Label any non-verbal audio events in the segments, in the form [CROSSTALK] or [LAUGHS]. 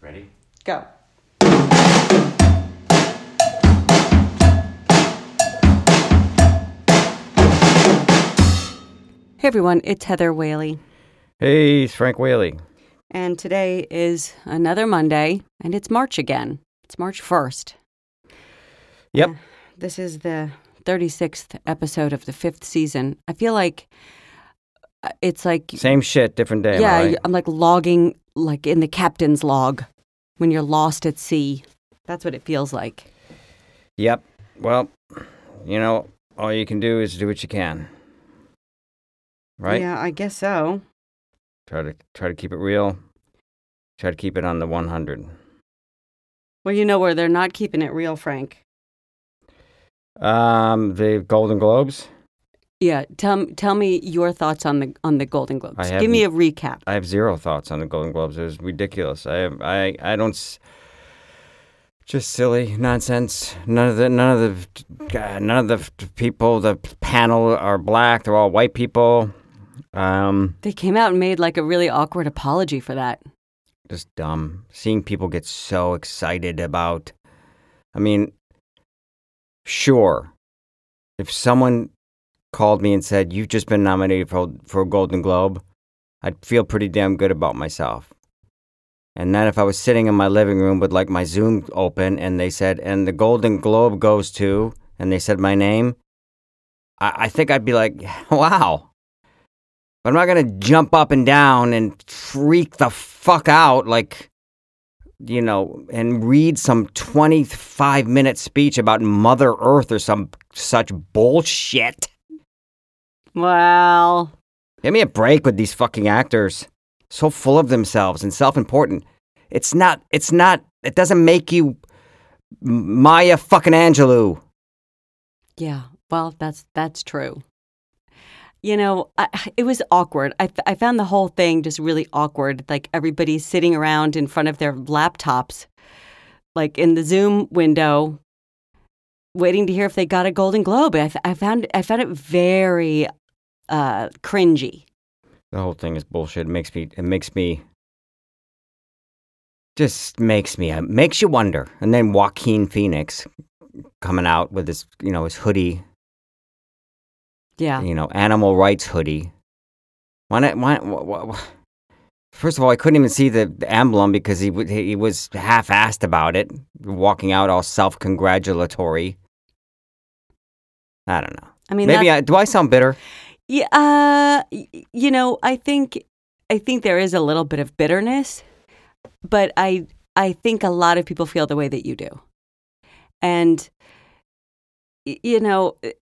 Ready? Go. Hey everyone, it's Heather Whaley, Hey, it's Frank Whaley. and today is another Monday, and it's March again. It's March 1st. Yep. This is the 36th episode of the fifth season. I feel like uh, it's like, Same shit, different day. am I yeah, right? I'm like logging, like in the captain's log when you're lost at sea. That's what it feels like. Yep. Well, you know, all you can do is do what you can. Right? Yeah, I guess so. Try to try to keep it real. Try to keep it on the 100. Well, you know where they're not keeping it real, Frank. Um, the Golden Globes. Yeah, tell m- tell me your thoughts on the on the Golden Globes. I Give me a recap. I have zero thoughts on the Golden Globes. It was ridiculous. I I I don't s- just silly nonsense. None of the none of the God, none of the f- people the panel are black. They're all white people. Um, They came out and made like a really awkward apology for that. just dumb. Seeing people get so excited about. I mean, sure, if someone called me and said you've just been nominated for for a Golden Globe, I'd feel pretty damn good about myself. And then if I was sitting in my living room with like my Zoom open and they said, and the Golden Globe goes to, and they said my name, I, I think I'd be like, [LAUGHS] wow. But I'm not going to jump up and down and freak the fuck out, like, you know, and read some 25 minute speech about Mother Earth or some such bullshit. Well, Give me a break with these fucking actors. So full of themselves and self-important. It's not. It's not. It doesn't make you M- Maya fucking Angelou. yeah. Well, that's that's true. You know, I, it was awkward. I, f- I found the whole thing just really awkward. Like everybody's sitting around in front of their laptops, like in the Zoom window, waiting to hear if they got a Golden Globe. I, f- I found I found it very uh, cringy. The whole thing is bullshit. It makes me. It makes me. Just makes me. It makes you wonder. And then Joaquin Phoenix coming out with his, you know, his hoodie, Yeah. you know, animal rights hoodie. Why not? Why? why, why First of all, I couldn't even see the, the emblem because he w- he was half-assed about it, walking out all self-congratulatory. I don't know. I mean, Maybe I, do I sound bitter? Yeah, uh, y- you know, I think I think there is a little bit of bitterness, but I I think a lot of people feel the way that you do, and y- you know, eh,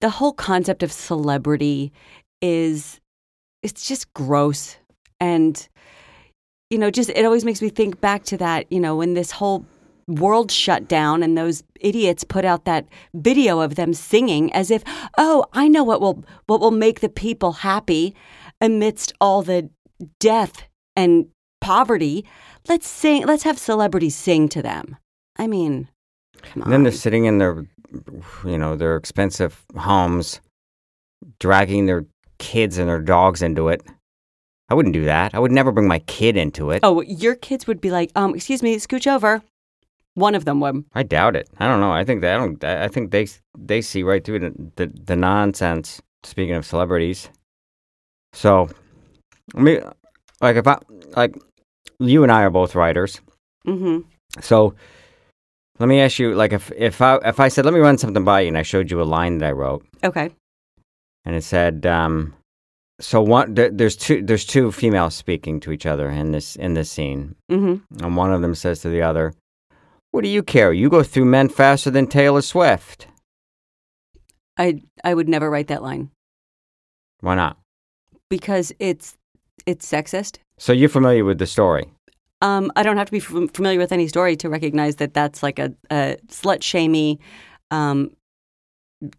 the whole concept of celebrity is it's just gross and you know just it always makes me think back to that you know when this whole world shut down and those idiots put out that video of them singing as if oh i know what will what will make the people happy amidst all the death and poverty let's sing let's have celebrities sing to them i mean come And then they're on sitting in their, you know, their expensive homes, dragging their kids and their dogs into it. I wouldn't do that. I would never bring my kid into it. oh your kids would be like um excuse me scooch over one of them would I doubt it. I don't know. I think they I don't. I I think they they see right through the the, the nonsense. Speaking of celebrities, so I mean, like if I like you and I are both writers, mm-hmm so let me ask you, like if if I if I said let me run something by you, and I showed you a line that I wrote, okay and it said, um, so one there, there's two there's two females speaking to each other in this in this scene, mm-hmm and one of them says to the other, "What do you care? You go through men faster than Taylor Swift. I I would never write that line Why not?" because it's it's sexist. So you're familiar with the story. Um, I don't have to be fam- familiar with any story to recognize that that's like a, a slut shamey, um,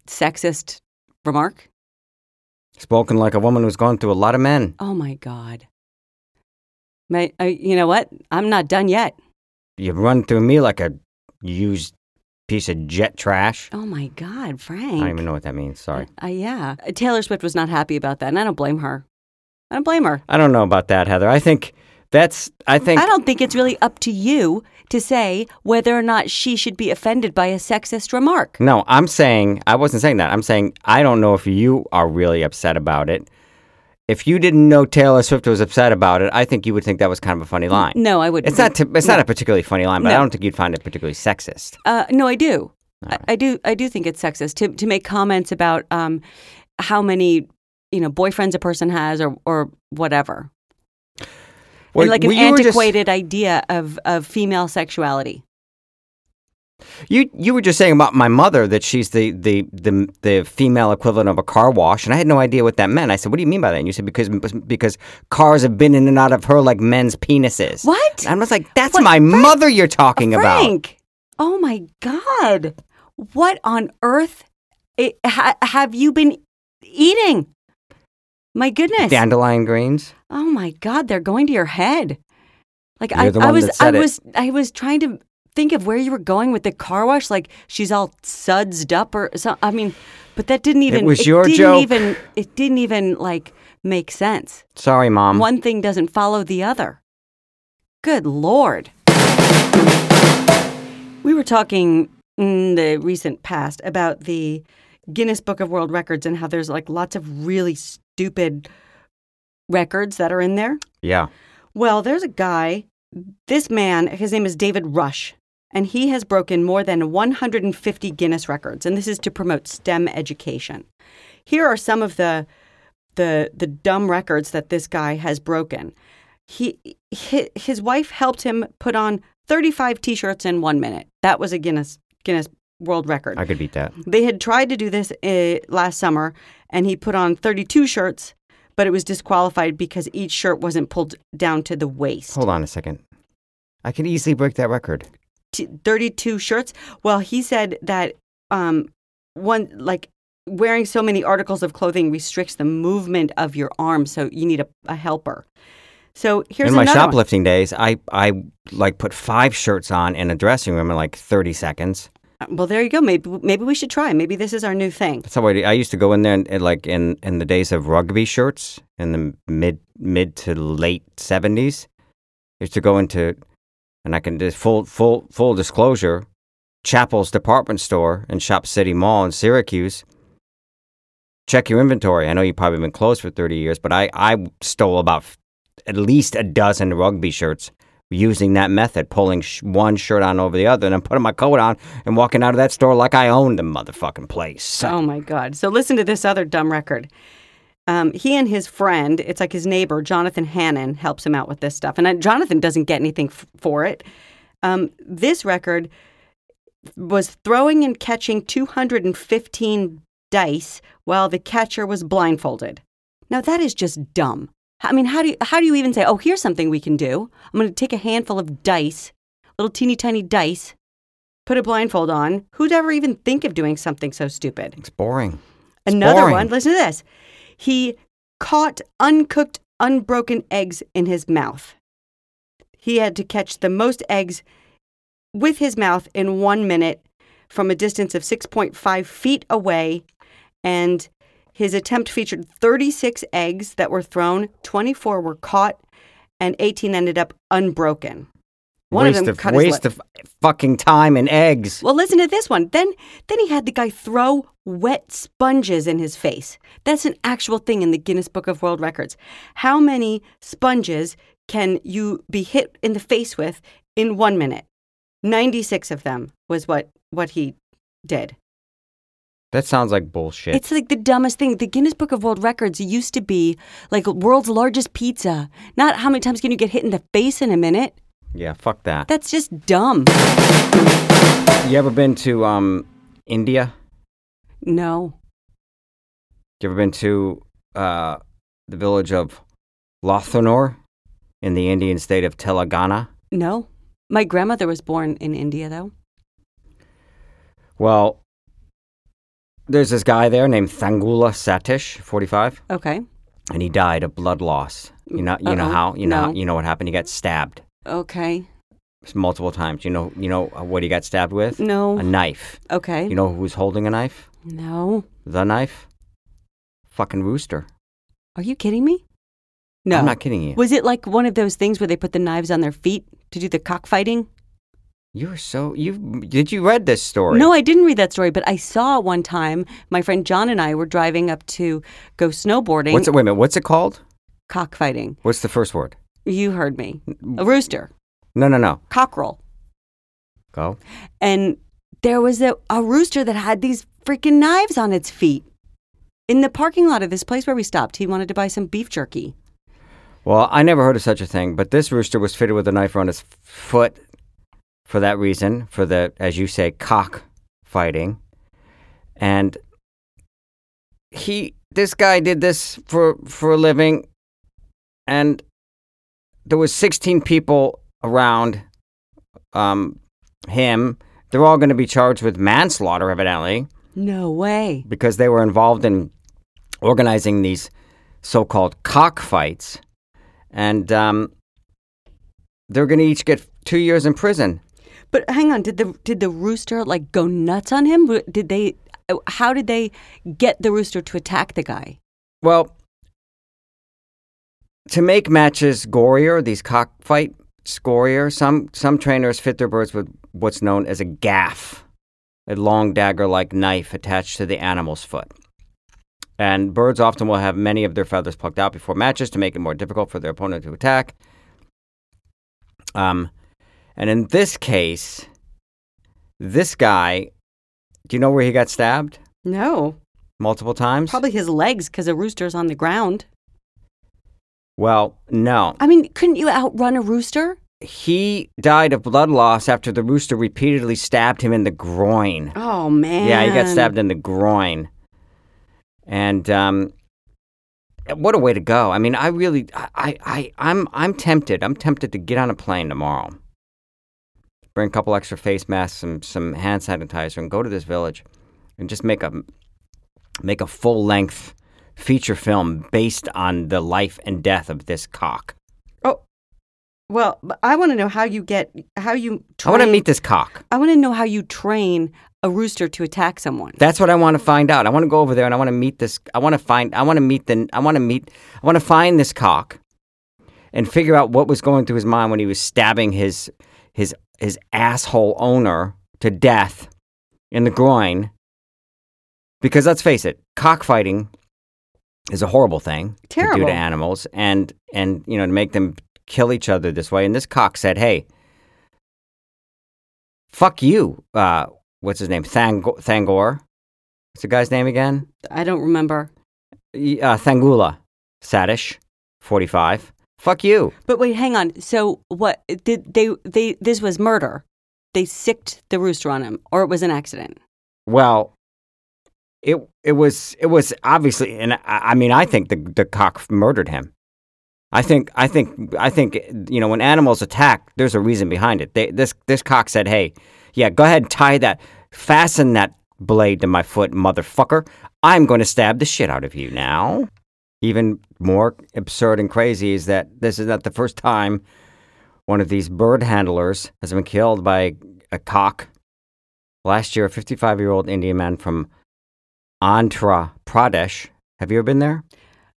sexist remark. Spoken like a woman who's gone through a lot of men. Oh my god. My, I, you know what? I'm not done yet. You run through me like a used piece of jet trash. Oh my god, Frank. I don't even know what that means. Sorry. Uh, yeah, Taylor Swift was not happy about that, and I don't blame her. I don't blame her. I don't know about that, Heather. I think That's I think I don't think it's really up to you to say whether or not she should be offended by a sexist remark. No, I'm saying I wasn't saying that. I'm saying I don't know if you are really upset about it. If you didn't know Taylor Swift was upset about it, I think you would think that was kind of a funny line. No, I wouldn't. It's not. T- it's not a particularly funny line, but I No. don't think you'd find it particularly sexist. Uh, no, I do. I, I do. I do think it's sexist to to make comments about um, how many you know boyfriends a person has or or whatever. Well, and like well, an you were just- antiquated idea of of female sexuality. you you were just saying about my mother that she's the the the, the female equivalent of a car wash, and I had no idea what that meant. I said, "What do you mean by that?" And you said, "Because because cars have been in and out of her like men's penises." What? And I was like, "That's What, my Frank- mother you're talking about." Frank. Oh my God! What on earth i ha, have you been eating? My goodness! Dandelion greens. Oh my God! They're going to your head. Like I, You're the I one was, that said I it. was, I was trying to think of where you were going with the car wash. Like she's all sudsed up, or so. I mean, but that didn't even. was your didn't joke. Even it didn't even like make sense. Sorry, mom. One thing doesn't follow the other. Good Lord. We were talking in the recent past about the Guinness Book of World Records and how there's like lots of really stupid records that are in there. Yeah. Well, there's a guy, this man, his name is David Rush, and he has broken more than 150 Guinness records, and this is to promote STEM education. Here are some of the the the dumb records that this guy has broken. He hi- his wife helped him put on 35 t-shirts in 1 minute. That was a Guinness Guinness World Record. I could beat that. They had tried to do this uh, last summer, and he put on 32 shirts, but it was disqualified because each shirt wasn't pulled down to the waist. Hold on a second. I could easily break that record. T- 32 shirts. Well, he said that um, one like wearing so many articles of clothing restricts the movement of your arm, so you need a, a helper. So here's in my another one. shoplifting days, I I like put five shirts on in a dressing room in like thirty seconds. Well, there you go. Maybe maybe we should try. Maybe this is our new thing. That's how I, I used to go in there and, and like in, in the days of rugby shirts in the mid mid to late seventies. Used to go into, and I can just full full full disclosure, Chapel's department store and Shop City Mall in Syracuse. Check your inventory. I know you've probably been closed for thirty years, but I I stole about f- at least a dozen rugby shirts using that method, pulling sh- one shirt on over the other, and then putting my coat on and walking out of that store like I owned the motherfucking place. Oh my God. So listen to this other dumb record. Um, he and his friend, it's like his neighbor, Jonathan Hannon, helps him out with this stuff. And uh, Jonathan doesn't get anything f- for it. Um, this record was throwing and catching 215 dice while the catcher was blindfolded. Now, that is just dumb. I mean, how do you, how do you even say, oh, here's something we can do? I'm going to take a handful of dice, little teeny tiny dice, put a blindfold on. Who'd ever even think of doing something so stupid? It's boring. It's Another boring. one, listen to this. He caught uncooked, unbroken eggs in his mouth. He had to catch the most eggs with his mouth in one minute from a distance of 6.5 feet away. And his attempt featured 36 eggs that were thrown, 24 were caught, and 18 ended up unbroken. One waste of them of, cut his lip. waste of fucking time and eggs. Well, listen to this one. Then, then he had the guy throw wet sponges in his face. That's an actual thing in the Guinness Book of World Records. How many sponges can you be hit in the face with in one minute? Ninety-six of them was what what he did. That sounds like bullshit. It's like the dumbest thing. The Guinness Book of World Records used to be like world's largest pizza. Not how many times can you get hit in the face in a minute. yeah, fuck that. That's just dumb. You ever been to um India? No. You ever been to uh the village of Lothanor in the Indian state of Telangana? No. My grandmother was born in India though. Well, there's this guy there named Thangula Satish, 45, Okay. and he died of blood loss. You know, you know Uh-oh. how you know how- No. you know what happened. He got stabbed Okay. multiple times. You know, you know what he got stabbed with? A No. knife. Okay. You know who's holding a knife? No. The knife? Fucking rooster. Are you kidding me? No. I'm not kidding you. Was it like one of those things where they put the knives on their feet to do the cockfighting? You were so you did you read this story? No, I didn't read that story, but I saw one time my friend John and I were driving up to go snowboarding. What's it? Wait a minute. What's it called? cockfighting? What's the first word? You heard me. A rooster, No, no, no. cockerel. Go. And there was a, a rooster that had these freaking knives on its feet in the parking lot of this place where we stopped. He wanted to buy some beef jerky. Well, I never heard of such a thing, but this rooster was fitted with a knife around his foot for that reason, for the, as you say, cock fighting. And he, this guy did this for, for a living, and there was 16 people around um, him. They're all going to be charged with manslaughter, evidently No way. because they were involved in organizing these so-called cockfights, and um, they're going to each get two years in prison. But hang on, did the did the rooster like go nuts on him? W- Did they? uh, How did they get the rooster to attack the guy? Well, to make matches gorier, these cockfights gorier, some some trainers fit their birds with what's known as a gaff, a long dagger-like knife attached to the animal's foot. And birds often will have many of their feathers plucked out before matches to make it more difficult for their opponent to attack. Um, and in this case, this guy, do you know where he got stabbed No, multiple times? probably his legs because a rooster's on the ground. Well, no. I mean, couldn't you outrun a rooster? he died of blood loss after the rooster repeatedly stabbed him in the groin. Oh man. Yeah, he got stabbed in the groin. And um, what a way to go! I mean, I really, I, I, I, I'm, I'm tempted. I'm tempted to get on a plane tomorrow, bring a couple extra face masks, some, some hand sanitizer, and go to this village, and just make a, make a full length feature film based on the life and death of this cock. Oh, Well, but I want to know how you get how you. Train, I want to meet this cock. I want to know how you train a rooster to attack someone. That's what I want to find out. I want to go over there and I want to meet this. I want to find. I want to meet the. I want to meet. I want to find this cock, and figure out what was going through his mind when he was stabbing his his his asshole owner to death in the groin. Because let's face it, cockfighting is a horrible thing to do Terrible. to animals, and and you know to make them kill each other this way. And this cock said, "Hey, fuck you." Uh, what's his name? Thang- Thangor. What's the guy's name again? I don't remember. Y- Uh, Thangula Sadish, forty-five. Fuck you. But wait, hang on. So what did they? They this was murder. They sicked the rooster on him, or it was an accident. Well, it it was it was obviously, and I, I mean, I think the the cock murdered him. I think I think I think you know when animals attack, there's a reason behind it. They, this this cock said, "Hey, yeah, go ahead, tie that, fasten that blade to my foot, motherfucker. I'm going to stab the shit out of you now." Even more absurd and crazy is that this is not the first time one of these bird handlers has been killed by a cock. Last year, a 55 year old Indian man from Andhra Pradesh. Have you ever been there?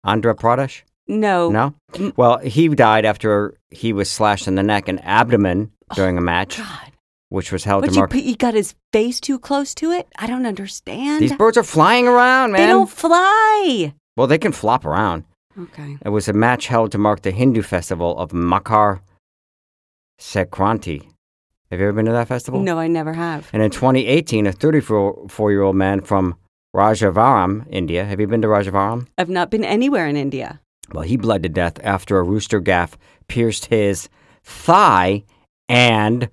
Andhra Pradesh? No. No? Mm. Well, he died after he was slashed in the neck and abdomen during a match, Oh, God. which was held But to you, mark. put- he got his face too close to it. I don't understand. These birds are flying around, man. they don't fly. Well, they can flop around. Okay. It was a match held to mark the Hindu festival of Makar Sankranti. Have you ever been to that festival? No, I never have. And in 2018, a 34 year old man from Rajavaram, India. Have you been to Rajavaram? I've not been anywhere in India. Well, he bled to death after a rooster gaff pierced his thigh and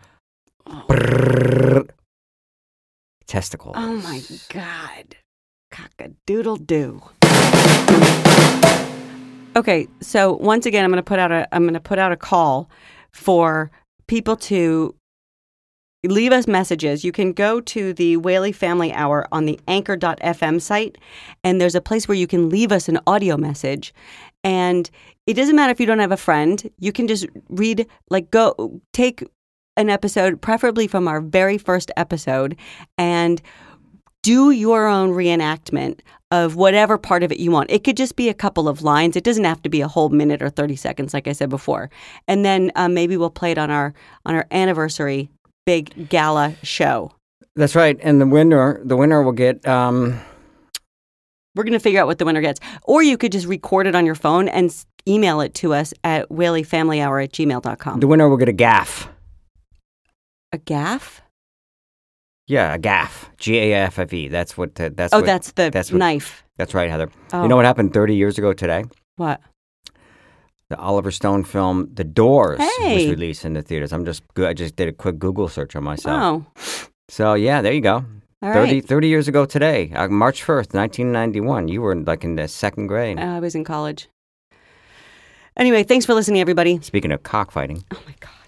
testicles. Oh my God. Cockadoodle doo. Okay, so once again I'm gonna put out a I'm gonna put out a call for people to leave us messages. You can go to the Whaley Family Hour on the anchor.fm site and there's a place where you can leave us an audio message. And it doesn't matter if you don't have a friend, you can just read like go take an episode, preferably from our very first episode, and do your own reenactment of whatever part of it you want. It could just be a couple of lines. It doesn't have to be a whole minute or 30 seconds, like I said before. And then uh, maybe we'll play it on our on our anniversary big gala show. That's right. And the winner, the winner will get. Um, We're going to figure out what the winner gets. Or you could just record it on your phone and s- email it to us at whaleyfamilyhour at gmail.com. the winner will get a gaff. A gaff? Yeah, a gaff. G A F F E. That's what. the- that's oh, what, that's the that's what- knife. That's right, Heather. Oh, You know what happened 30 years ago today? what? The Oliver Stone film The Doors was Hey. released in the theaters. I'm just go- I just did a quick Google search on myself. Oh, So yeah, there you go. all 30, right. 30 years ago today, uh, March 1st, 1991. You were like in the second grade. Uh, I was in college. Anyway, thanks for listening, everybody. Speaking of cockfighting. Oh, my God.